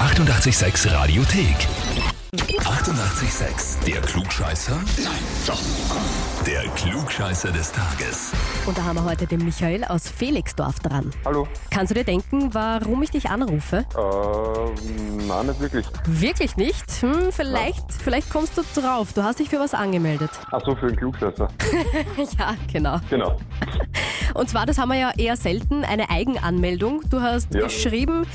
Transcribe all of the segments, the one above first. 886 Radiothek. 88,6. Der Klugscheißer? Nein, doch. Der Klugscheißer des Tages. Und da haben wir heute den Michael aus Felixdorf dran. Hallo. Kannst du dir denken, warum ich dich anrufe? Ähm, nein, nicht wirklich. Wirklich nicht? Hm, vielleicht, vielleicht kommst du drauf. Du hast dich für was angemeldet. Ach so, für einen Klugscheißer. ja, genau. Genau. Und zwar, das haben wir ja eher selten, eine Eigenanmeldung. Du hast Ja. geschrieben,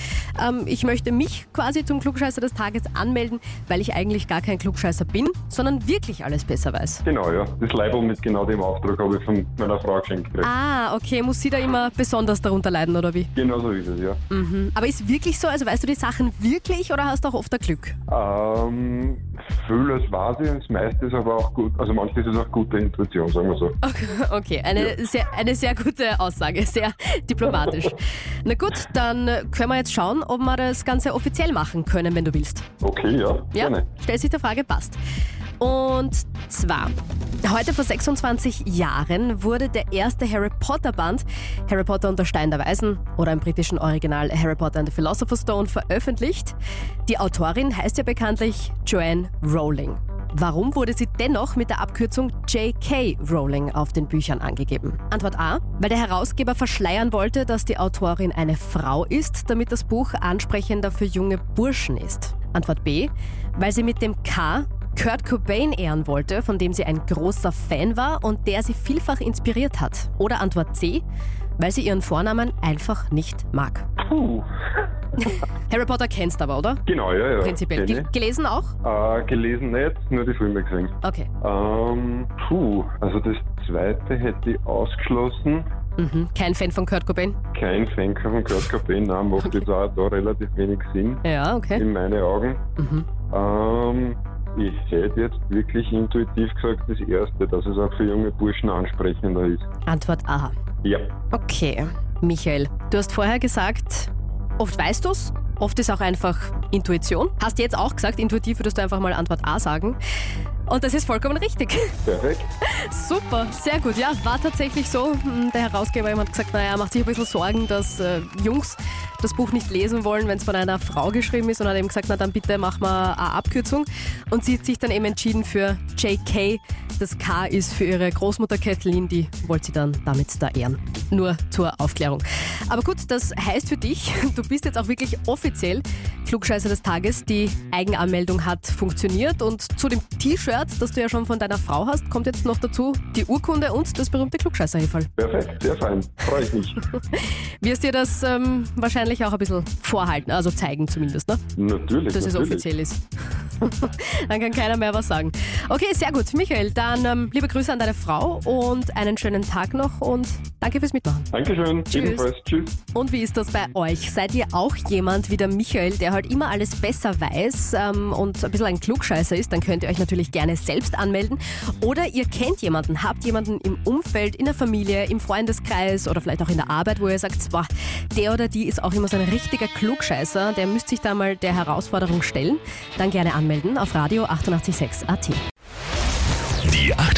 ähm, ich möchte mich quasi zum Klugscheißer des Tages anmelden, weil ich eigentlich gar kein Klugscheißer bin, sondern wirklich alles besser weiß. Genau, ja. Das Label mit genau dem Auftrag habe ich von meiner Frau geschenkt gekriegt. Ah, okay, muss sie da immer besonders darunter leiden, oder wie? Genau so ist es, ja. Mhm. Aber ist wirklich so, also weißt du die Sachen wirklich oder hast du auch oft ein Glück? Ähm, vieles weiß ich, das meiste ist aber auch gut, also manches ist auch gute Intuition, sagen wir so. Okay, okay. Eine, sehr, eine sehr gute Aussage, sehr diplomatisch. Na gut, dann äh, können wir jetzt schauen, ob wir das Ganze offiziell machen können, wenn du willst. Okay, ja, gerne. stellt sich der Frage, passt. Und zwar, heute vor 26 Jahren wurde der erste Harry Potter-Band, Harry Potter und der Stein der Weisen oder im britischen Original Harry Potter and the Philosopher's Stone, veröffentlicht. Die Autorin heißt ja bekanntlich Joanne Rowling. Warum wurde sie dennoch mit der Abkürzung J.K. Rowling auf den Büchern angegeben? Antwort A, weil der Herausgeber verschleiern wollte, dass die Autorin eine Frau ist, damit das Buch ansprechender für junge Burschen ist. Antwort B, weil sie mit dem K Kurt Cobain ehren wollte, von dem sie ein großer Fan war und der sie vielfach inspiriert hat. Oder Antwort C, weil sie ihren Vornamen einfach nicht mag. Puh. Harry Potter kennst aber, oder? Genau, ja, ja. Prinzipiell. Kenn Ge gelesen auch? ich. Äh, gelesen nicht, nur die Filme gesehen. Okay. Ähm, puh, also das zweite hätte ich ausgeschlossen. Mhm. Kein Fan von Kurt Cobain? Kein Fan von Kurt Cobain, nein, macht jetzt auch da relativ wenig Sinn. Ja, okay. in meine Augen. Mhm. Ähm, ich hätte jetzt wirklich intuitiv gesagt, das Erste, dass es auch für junge Burschen ansprechender ist. Antwort A. Ja, Okay, Michael, du hast vorher gesagt, oft weißt du's, oft ist auch einfach Intuition. Hast jetzt auch gesagt, intuitiv würdest du einfach mal Antwort A sagen. Und das ist vollkommen richtig. perfekt. Super, sehr gut. Ja, war tatsächlich so. Hm, Der Herausgeber hat gesagt, naja, macht sich ein bisschen Sorgen, dass äh, Jungs das Buch nicht lesen wollen, wenn es von einer Frau geschrieben ist. Und hat eben gesagt, na dann bitte mach mal eine Abkürzung. Und sie hat sich dann eben entschieden für JK. Das K ist für ihre Großmutter Kathleen, die wollte sie dann damit da ehren. Nur zur Aufklärung. Aber gut, das heißt für dich, du bist jetzt auch wirklich offiziell Klugscheißer des Tages. Die Eigenanmeldung hat funktioniert und zu dem T-Shirt, das du ja schon von deiner Frau hast, kommt jetzt noch dazu die Urkunde und das berühmte Klugscheißerhefall. Perfekt, sehr fein. Freue ich mich. Wirst dir das ähm, wahrscheinlich auch ein bisschen vorhalten, also zeigen zumindest, ne? Natürlich, dass es natürlich. offiziell ist. dann kann keiner mehr was sagen. Okay, sehr gut. Michael, dann ähm, liebe Grüße an deine Frau und einen schönen Tag noch und danke fürs Mitmachen. Dankeschön, ebenfalls. Tschüss. Und wie ist das bei euch? Seid ihr auch jemand wie der Michael, der halt immer alles besser weiß ähm, und ein bisschen ein Klugscheißer ist? Dann könnt ihr euch natürlich gerne selbst anmelden. Oder ihr kennt jemanden, habt jemanden im Umfeld, in der Familie, im Freundeskreis oder vielleicht auch in der Arbeit, wo ihr sagt, boah, der oder die ist auch immer so ein richtiger Klugscheißer, der müsste sich da mal der Herausforderung stellen. Dann gerne anmelden auf radio 886 AT. Die